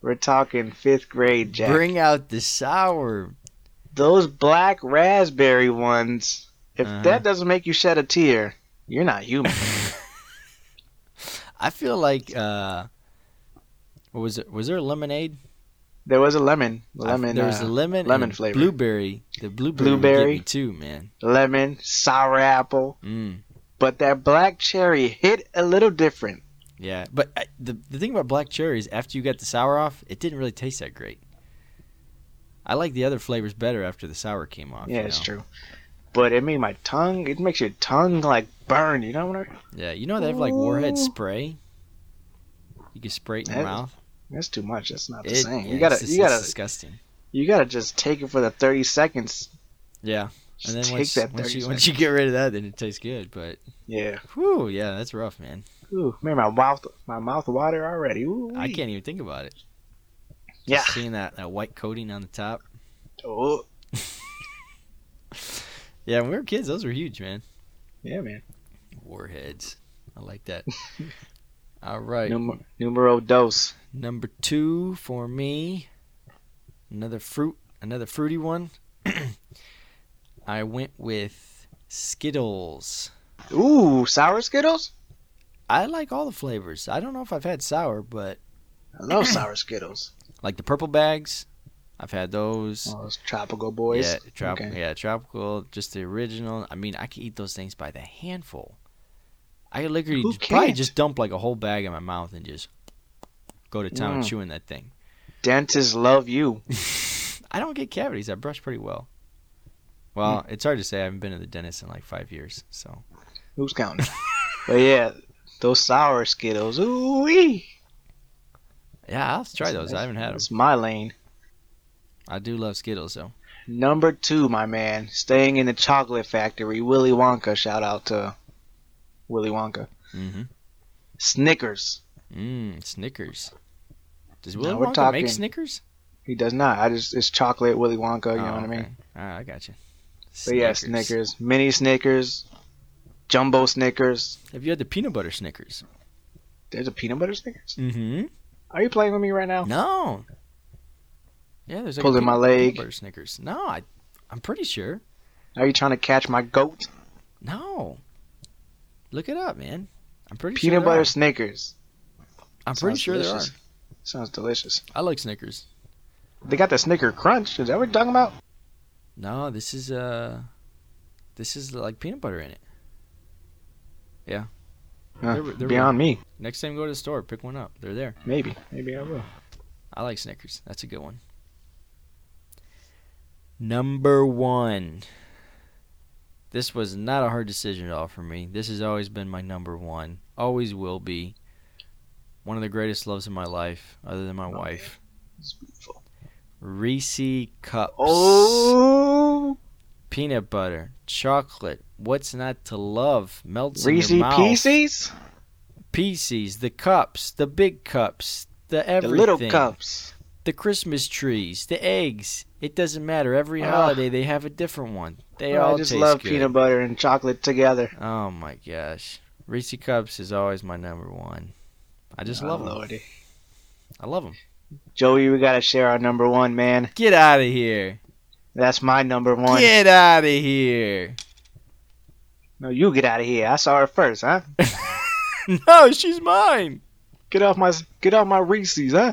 We're talking fifth grade, Jack.
Bring out the sour.
Those black raspberry ones, if
Uh-huh.
that doesn't make you shed a tear, you're not human.
I feel like uh, what was it? Was there a lemonade?
there was a lemon,
I-
lemon,
there was
uh,
a lemon,
lemon
and
flavor.
blueberry. The blueberry, would get
Blueberry.
me too, man.
lemon, sour apple,
Mm,
but that black cherry hit a little different.
yeah, but I, the the thing about black cherry is after you got the sour off, it didn't really taste that great. I like the other flavors better after the sour came off.
Yeah,
you
it's
know?
true. But it made my tongue. It makes your tongue like burn. You know what I mean?
Yeah, you know they have like warhead
Ooh.
spray. You can spray it in your
That is
mouth.
That's too much. That's not the
It-
same.
yeah,
you gotta,
it's,
you
it's
gotta,
disgusting.
you gotta just take it for the thirty seconds.
Yeah,
Just
and then
take
once,
that
once
thirty
you
seconds.
once you get rid of that, then it tastes good. But
Yeah.
whew, yeah, that's rough, man.
Ooh, made my mouth, my mouth water already. Ooh.
I can't even think about it.
Yeah.
Just seeing that, that white coating on the top.
Oh,
Yeah, when we were kids, those were huge, man.
yeah, man.
Warheads. I like that. All right.
Numer- numero dos.
Number two for me. Another fruit, another fruity one. I went with Skittles.
Ooh, sour Skittles.
I like all the flavors. I don't know if I've had sour, but
I love sour Skittles.
like the purple bags, I've had those.
Oh, those tropical boys.
Yeah, trop-
Okay.
yeah, tropical, just the original. I mean, I could eat those things by the handful. I could literally
Who
just- probably
can't?
just dump like a whole bag in my mouth and just go to town
Mm.
chewing that thing.
Dentists love you.
I don't get cavities. I brush pretty well. Well, it's hard to say. I haven't been to the dentist in like five years, so
Who's counting? but yeah, those sour Skittles. Ooh wee.
yeah, I'll have to try those. I haven't had them.
It's my lane.
I do love Skittles though.
Number two, my man, staying in the chocolate factory. Willy Wonka, shout out to Willy Wonka.
Mm-hmm.
Snickers.
Mm, Snickers. Does
Now
Willy
we're
Wonka
talking-
make Snickers?
He does not. I just it's chocolate Willy Wonka. You know
Oh,
what I mean?
okay. All right, I got you.
But yeah, Snickers, mini Snickers, jumbo Snickers.
Have you had the peanut butter Snickers?
There's a peanut butter Snickers.
Mm-hmm.
Are you playing with me right now?
No. Yeah, there's like
Pulling
a
my
peanut-
leg.
peanut butter Snickers. No, I, I'm pretty sure.
Are you trying to catch my goat?
No. Look it up, man. I'm pretty sure.
Peanut
there
butter
are.
Snickers.
I'm pretty
Sounds
sure
delicious.
there
Sounds delicious.
are. I like Snickers.
They got the Snicker Crunch. Is that what you're talking about?
No, this is uh, this is like peanut butter in it. Yeah.
Uh,
They're- they're
beyond me.
Next time you go to the store, pick one up. They're there.
Maybe. Maybe I will.
I like Snickers. That's a good one. Number one. This was not a hard decision at all for me. This has always been my number one. Always will be. One of the greatest loves of my life, other than my wife.
It's beautiful.
Reese Cups.
Oh,
Peanut butter. Chocolate. What's not to love? Melts
Reese
in your mouth.
Pieces,
Pieces. The cups. The big cups. The
the
everything.
little cups.
the Christmas trees, the eggs. It doesn't matter. Every
Ugh.
holiday they have a different one. They
Ah. Oh, I
all
just
taste
love
good.
peanut butter and chocolate together.
Oh my gosh, Reese Cups is always my number one. I just love 'em.
Oh,
love them.
Lordy.
I love them.
Joey, we gotta share our number one, man.
Get out of here.
That's my number one.
Get out of here.
No, you get out of here. I saw her first, huh?
no, she's mine.
Get off my get off my Reese's, huh?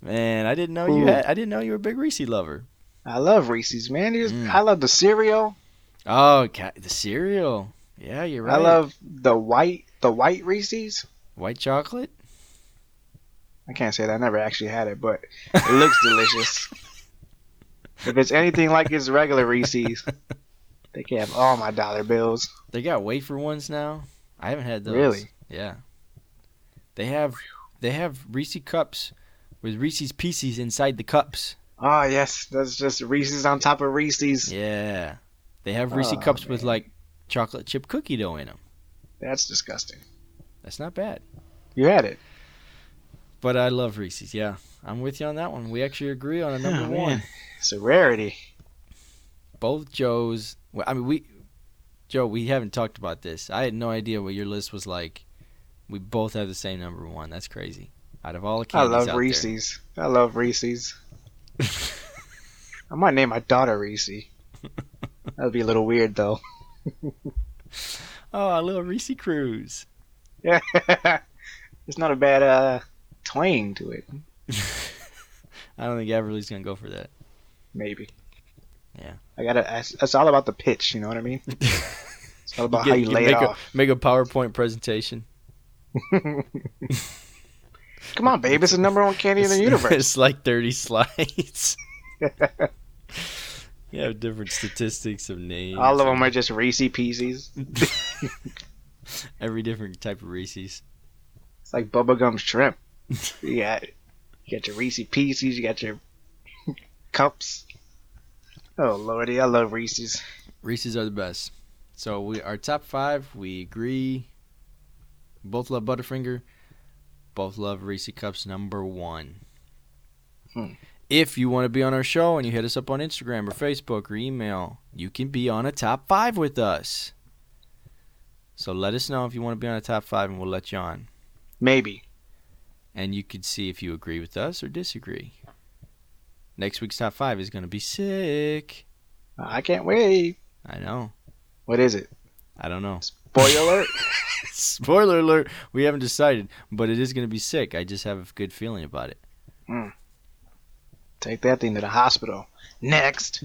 Man, I didn't know you
Ooh.
had. I didn't know you were a big Reese lover.
I love Reese's, man. These-
Mm.
I love the cereal.
Oh, ca- the cereal. Yeah, you're right.
I love the white the white Reese's.
white chocolate.
I can't say that. I never actually had it, but it looks delicious. If it's anything like its regular Reese's, they can have all my dollar bills.
They got wafer ones now. I haven't had those.
Really?
Yeah. They have they have Reese cups with Reese's pieces inside the cups.
Oh yes, that's just Reese's on top of Reese's.
Yeah. They have Reese
Oh,
cups with
man.
like chocolate chip cookie dough in them.
That's disgusting.
That's not bad.
You had it.
But I love Reese's. Yeah. I'm with you on that one. We actually agree on a number
Oh,
one.
man. It's a rarity.
Both Joe's. Well, I mean, we Joe, we haven't talked about this. I had no idea what your list was like. We both have the same number one. That's crazy. Out of all the
I
candies out
love
there.
Reese's. I love Reese's. I might name my daughter Reese. That would be a little weird though.
Oh, a little Reese Cruz.
Yeah. it's not a bad uh twang to it,
I don't think Everly's gonna go for that.
maybe.
Yeah.
I gotta it's it's all about the pitch, you know what I mean? It's all about
Get-
how you
get-
lay
make
it
a,
off.
Make a PowerPoint presentation.
Come on, babe, it's the number one candy in the universe.
It's like thirty slides. you have different statistics of names.
All of them are just Reese Pieces.
every different type of Reese's.
It's like bubblegum shrimp. you got you got your Reese Pieces, you got your cups. Oh lordy, I love Reese's.
Reese's are the best. So we our top five. We agree. Both love Butterfinger. Both love Reese cups number one.
Hmm.
If you want to be on our show and you hit us up on Instagram or Facebook or email, you can be on a top five with us. So let us know if you want to be on a top five, and we'll let you on.
Maybe.
And you can see if you agree with us or disagree. Next week's top five is going to be sick.
Uh, I can't wait.
I know.
What is it?
I don't know.
Spoiler alert.
Spoiler alert, we haven't decided, but it is going to be sick. I just have a good feeling about it.
Take that thing to the hospital. Next.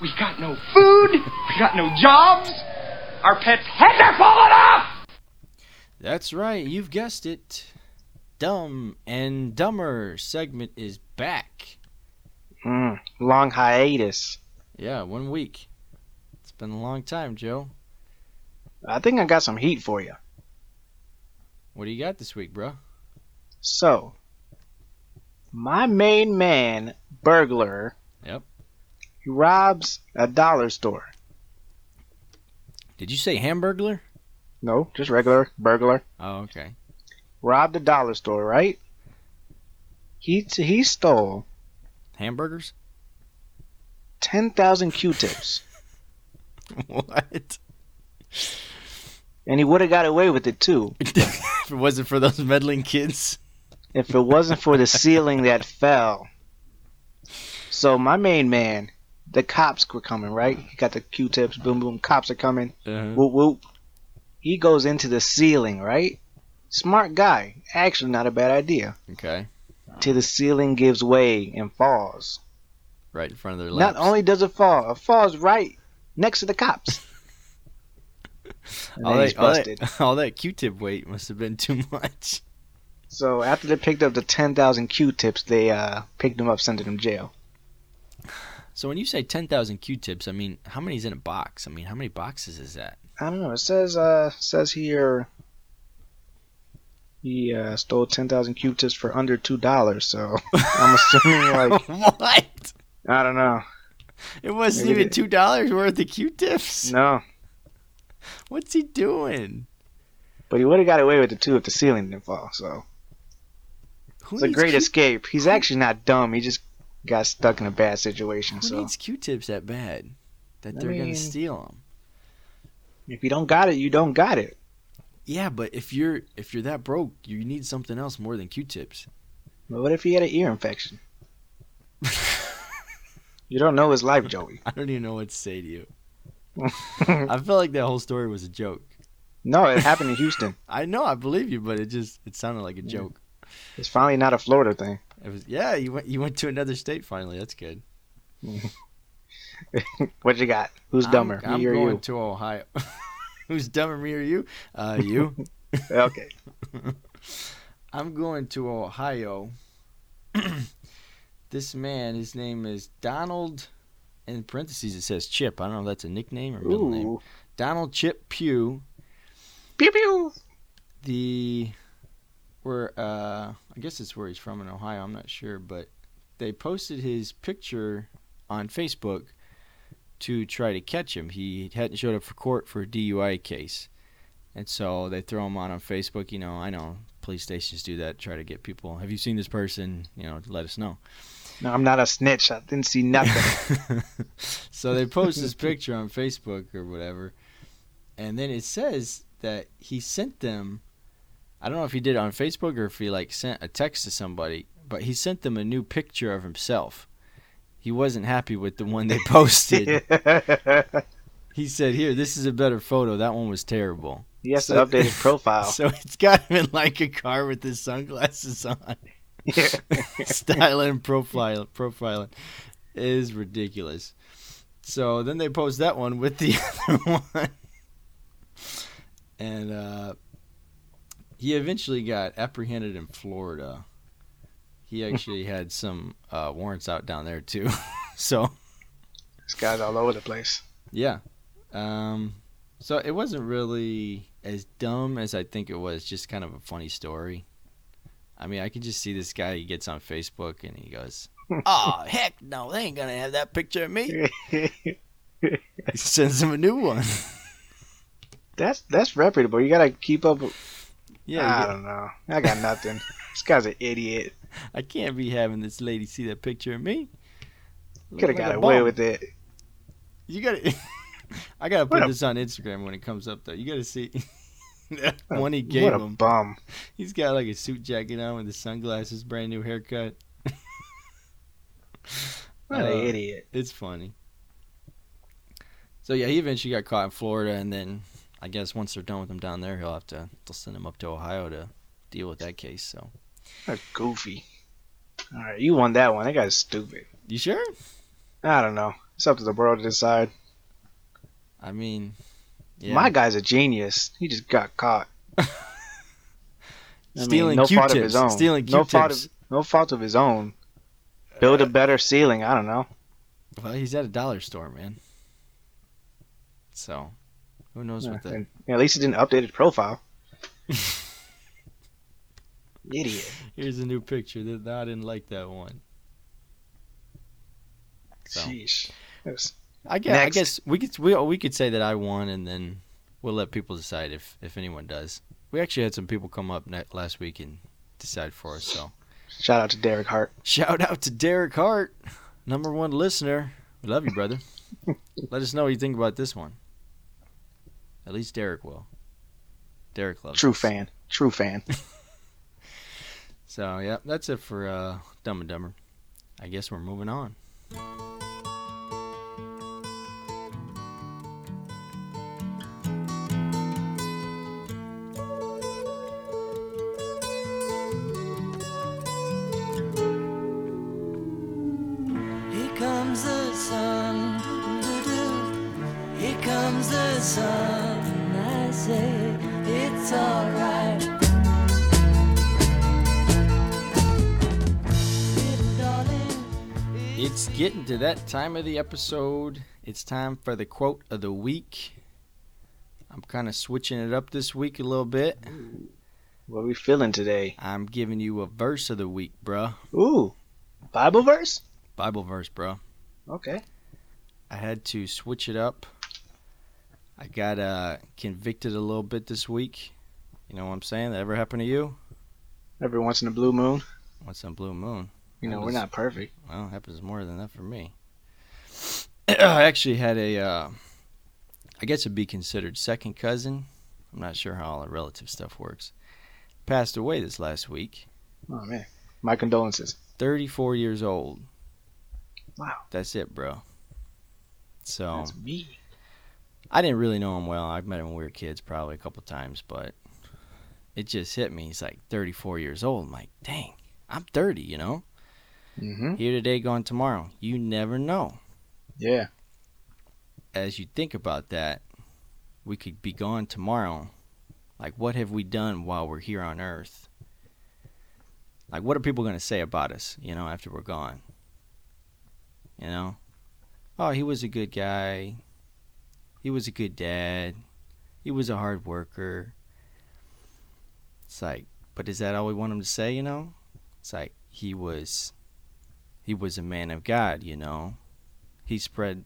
We got no food. We got no jobs. Our pets' heads are falling off.
That's right, you've guessed it. Dumb and Dumber segment is back.
Mm, long hiatus.
Yeah, one week. It's been a long time, Joe.
I think I got some heat for you.
What do you got this week, bro?
So, my main man, burglar,
Yep.
he robs a dollar store.
Did you say Hamburglar?
No, just regular burglar.
Oh, okay.
Robbed a dollar store, right? He he stole
Hamburgers?
ten thousand Q-tips,
what?
and he would have got away with it too
if it wasn't for those meddling kids.
if it wasn't for the ceiling that fell. So my main man, the cops were coming, right? He got the Q-tips. Boom, boom. Cops are coming.
Uh-huh.
Whoop whoop. Mm-hmm. He goes into the ceiling, right? Smart guy. Actually, not a bad idea.
Okay.
Till the ceiling gives way and falls.
Right in front of their laps.
Not only does it fall, it falls right next to the cops.
all,
he's
that, all,
busted.
that, all that Q-tip weight must have been too much.
So after they picked up the ten thousand Q-tips, they uh, picked them up, sent them to jail.
So when you say 10,000 Q-tips, I mean, how many's in a box? I mean, how many boxes is that?
I don't know. It says uh says here he uh, stole ten thousand Q-tips for under two dollars. So I'm assuming like
what?
I don't know.
It wasn't
Maybe
even
they-
two dollars worth of Q-tips.
No,
What's he doing?
but he would have got away with it too if the ceiling didn't fall. So
Who
it's a
needs
great
Q-
escape. He's actually not dumb. He just got stuck in a bad situation.
Who
So
needs Q-tips that bad that
I
they're gonna
mean-
steal them?
if you don't got it, you don't got it.
Yeah, but if you're if you're that broke, you need something else more than Q-tips.
But what if he had an ear infection? you don't know his life, Joey.
I don't even know what to say to you. I felt like that whole story was a joke.
no, it happened in Houston.
I know, I believe you, but it just it sounded like a joke.
It's finally not a Florida thing.
It was yeah, you went you went to another state finally. That's good.
What you got? Who's dumber,
I'm, I'm
me or
going
you?
to Ohio. Who's dumber, me or you? Uh, you.
Okay.
I'm going to Ohio. this man, his name is Donald. In parentheses, it says Chip. I don't know if that's a nickname or middle name.
Ooh.
Donald Chip Pugh.
Pew pew.
The where uh, I guess it's where he's from in Ohio. I'm not sure, but they posted his picture on Facebook to try to catch him. He hadn't showed up for court for a DUI case, and so they throw him out on Facebook. You know, I know police stations do that. Try to get people. Have you seen this person? You know, let us know.
No, I'm not a snitch. I didn't see nothing.
so they post this picture on Facebook or whatever, and then it says that he sent them. I don't know if he did it on Facebook or if he like sent a text to somebody, but he sent them a new picture of himself. He wasn't happy with the one they posted. he said, "Here, this is a better photo. That one was terrible."
he has to
So-
update his profile.
So it's got him in like a car with his sunglasses on. Styling, profile, profiling is ridiculous. So then they post that one with the other one, and uh, he eventually got apprehended in Florida. He actually had some uh, warrants out down there too. so
this guy's all over the place.
yeah. Um, so it wasn't really as dumb as I think it was, just kind of a funny story. I mean, I can just see this guy, he gets on Facebook and he goes, Oh, heck no, they ain't going to have that picture of me. He sends him a new one.
that's that's reputable. You gotta keep up. with- I
Yeah,
don't know. I got nothing. this guy's an idiot.
I can't be having this lady see that picture of me. Look
Could have
like
got
a
away
bum.
with it.
You got to. I gotta put
What a-
this on Instagram when it comes up though. You gotta see that one he gave
Oh, What a
him.
bum.
He's got like a suit jacket on with his sunglasses, brand new haircut.
What
Uh,
an idiot.
It's funny. So yeah, he eventually got caught in Florida, and then I guess once they're done with him down there, he'll have to they'll send him up to Ohio to deal with that case. So
What a goofy. All right, you won that one. That guy's stupid.
you sure?
I don't know. It's up to the world to decide.
I mean, yeah.
My guy's a genius. He just got caught. I mean,
stealing Q-tips, stealing
no
Q-tips.
fault of, no fault of his own. Build a better ceiling. I don't know.
well, he's at a dollar store, man. So who knows what that?
And- yeah, at least he didn't update his profile. Idiot.
Here's a new picture. That I didn't like that one. So.
Sheesh. That was-
I guess, I
Next.
guess we could we, we could say that I won, and then we'll let people decide if if anyone does. We actually had some people come up ne- last week and decide for us. So
Shout out to Derek Hart.
shout out to Derek Hart, number one listener. We love you, brother. let us know what you think about this one. At least Derek will. Derek loves
True
us.
fan. True fan.
So yeah, that's it for uh, Dumb and Dumber. I guess we're moving on.
Here comes the sun. doo-doo. Here comes the sun. it's alright. Little darling,
It's getting to that time of the episode. It's time for the quote of the week. I'm kind of switching it up this week a little bit.
What are we feeling today?
I'm giving you a verse of the week, bruh.
Ooh, Bible verse?
Bible verse, bruh.
Okay.
I had to switch it up. I got uh, convicted a little bit this week. You know what I'm saying? That ever happened to you?
Every once in a blue moon.
What's on blue moon?
You know,
That
we're
was-
not perfect.
Well, it happens more than that for me. I actually had a, uh, I guess it'd be considered second cousin. I'm not sure how all the relative stuff works. Passed away this last week,
Oh, man. My condolences.
34 years old.
Wow.
That's it, bro. So
That's me.
I didn't really know him well. I've met him when we were kids, probably a couple times, but it just hit me. He's like 34 years old. I'm like, dang, I'm 30, you know?
Mm-hmm.
Here today, gone tomorrow. You never know.
Yeah.
as you think about that, we could be gone tomorrow. Like, what have we done while we're here on Earth? Like, what are people going to say about us, you know, after we're gone? You know? Oh, he was a good guy. He was a good dad. He was a hard worker. It's like, but is that all we want him to say, you know? It's like, he was. He was a man of God, you know. He spread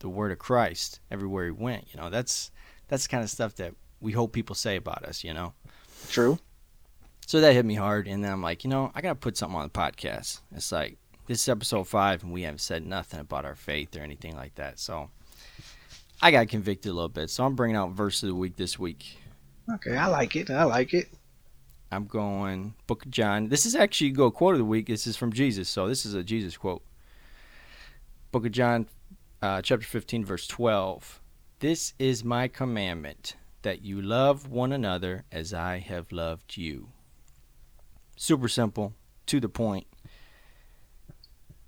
the word of Christ everywhere he went. You know, that's that's the kind of stuff that we hope people say about us. You know,
True.
so that hit me hard, and then I'm like, you know, I gotta put something on the podcast. It's like this is episode five, and we haven't said nothing about our faith or anything like that. So I got convicted a little bit. So I'm bringing out verse of the week this week.
Okay, I like it. I like it.
I'm going Book of John. This is actually go quote of the week. This is from Jesus, so this is a Jesus quote. Book of John, uh, chapter 15, verse 12. This is my commandment that you love one another as I have loved you. Super simple, to the point.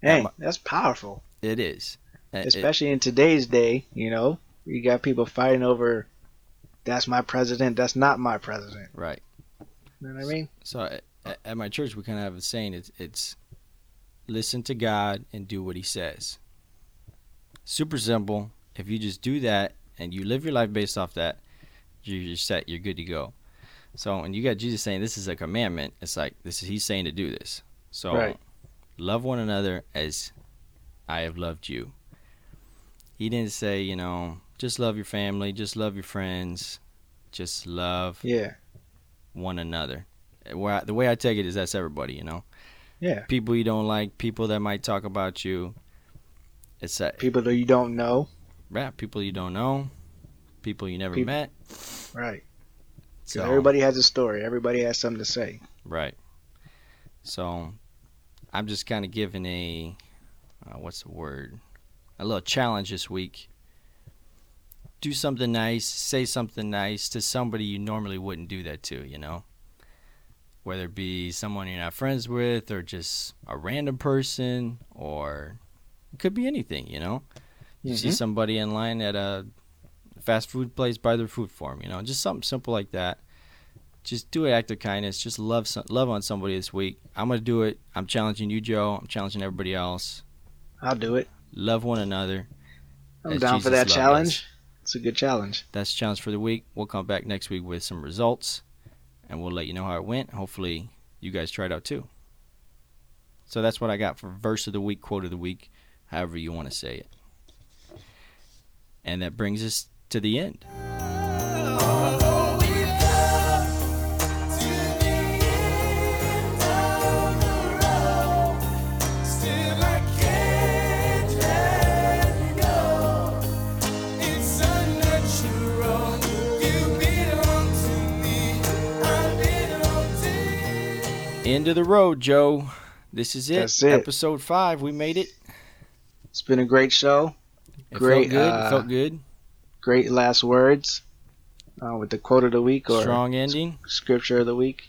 Hey,
I'm a-
that's powerful.
It is. It- it-
Especially in today's day, you know, you got people fighting over that's my president, that's not my president.
right.
You know what I mean?
So at, at- at my church, we kind of have a saying. It's, it's listen to God and do what He says. Super simple. If you just do that and you live your life based off that, you- you're set. You're good to go. So when you got Jesus saying this is a commandment, it's like this is He's saying to do this. So
Right.
love one another as I have loved you. He didn't say, you know, just love your family, just love your friends, just love
Yeah.
one another. Where I, the way I take it is that's everybody, you know.
Yeah.
People you don't like, people that might talk about you. It's that
People that you don't know.
yeah, people you don't know, people you never
Peop-
met.
Right. 'Cause
So
everybody has a story. Everybody has something to say.
right. So I'm just kind of giving a uh, what's the word? A little challenge this week. Do something nice, say something nice to somebody you normally wouldn't do that to, you know? Whether it be someone you're not friends with or just a random person or it could be anything, you know? You see
Mhm.
somebody in line at a fast food place, buy their food for 'em, you know? Just something simple like that. Just do an act of kindness. Just love some, love on somebody this week. I'm gonna do it. I'm challenging you, Joe. I'm challenging everybody else
I'll do it.
love one another.
I'm
as
down for
Jesus
that
loved us.
challenge. It's a good challenge.
That's the challenge for the week. We'll come back next week with some results, and we'll let you know how it went. Hopefully, you guys tried out too. So that's what I got for verse of the week, quote of the week, however you want to say it. And that brings us to the end. End of the road, Joe. This is it.
That's it.
Episode five. We made it.
It's been a great show.
It
Great,
Felt good.
uh,
it felt good.
Great last words uh, with the quote of the week or
Strong ending.
scripture of the week.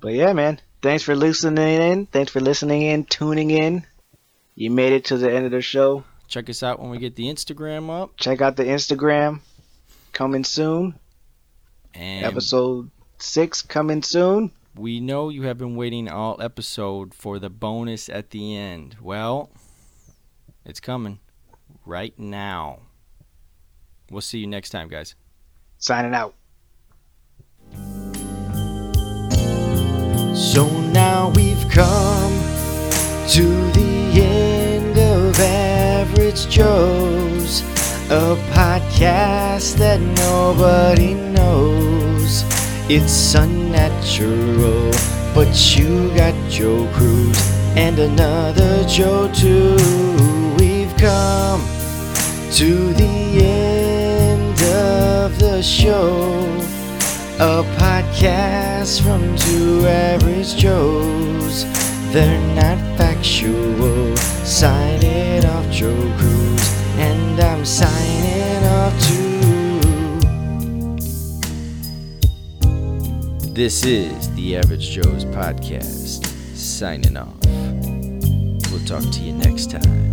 But yeah, man. Thanks for listening in. Thanks for listening in, tuning in. You made it to the end of the show.
Check us out when we get the Instagram up.
Check out the Instagram coming soon.
And
Episode six coming soon.
we know you have been waiting all episode for the bonus at the end. Well, it's coming right now. We'll see you next time, guys.
Signing out.
So now we've come to the end of Average Joe's, a podcast that nobody knows. It's unnatural, but you got Joe Cruz and another Joe too. We've come to the end of the show. A podcast from two average Joes. They're not factual. Sign it off, Joe Cruz. And I'm signing off too. This is the Average Joe's podcast. Signing off. We'll talk to you next time.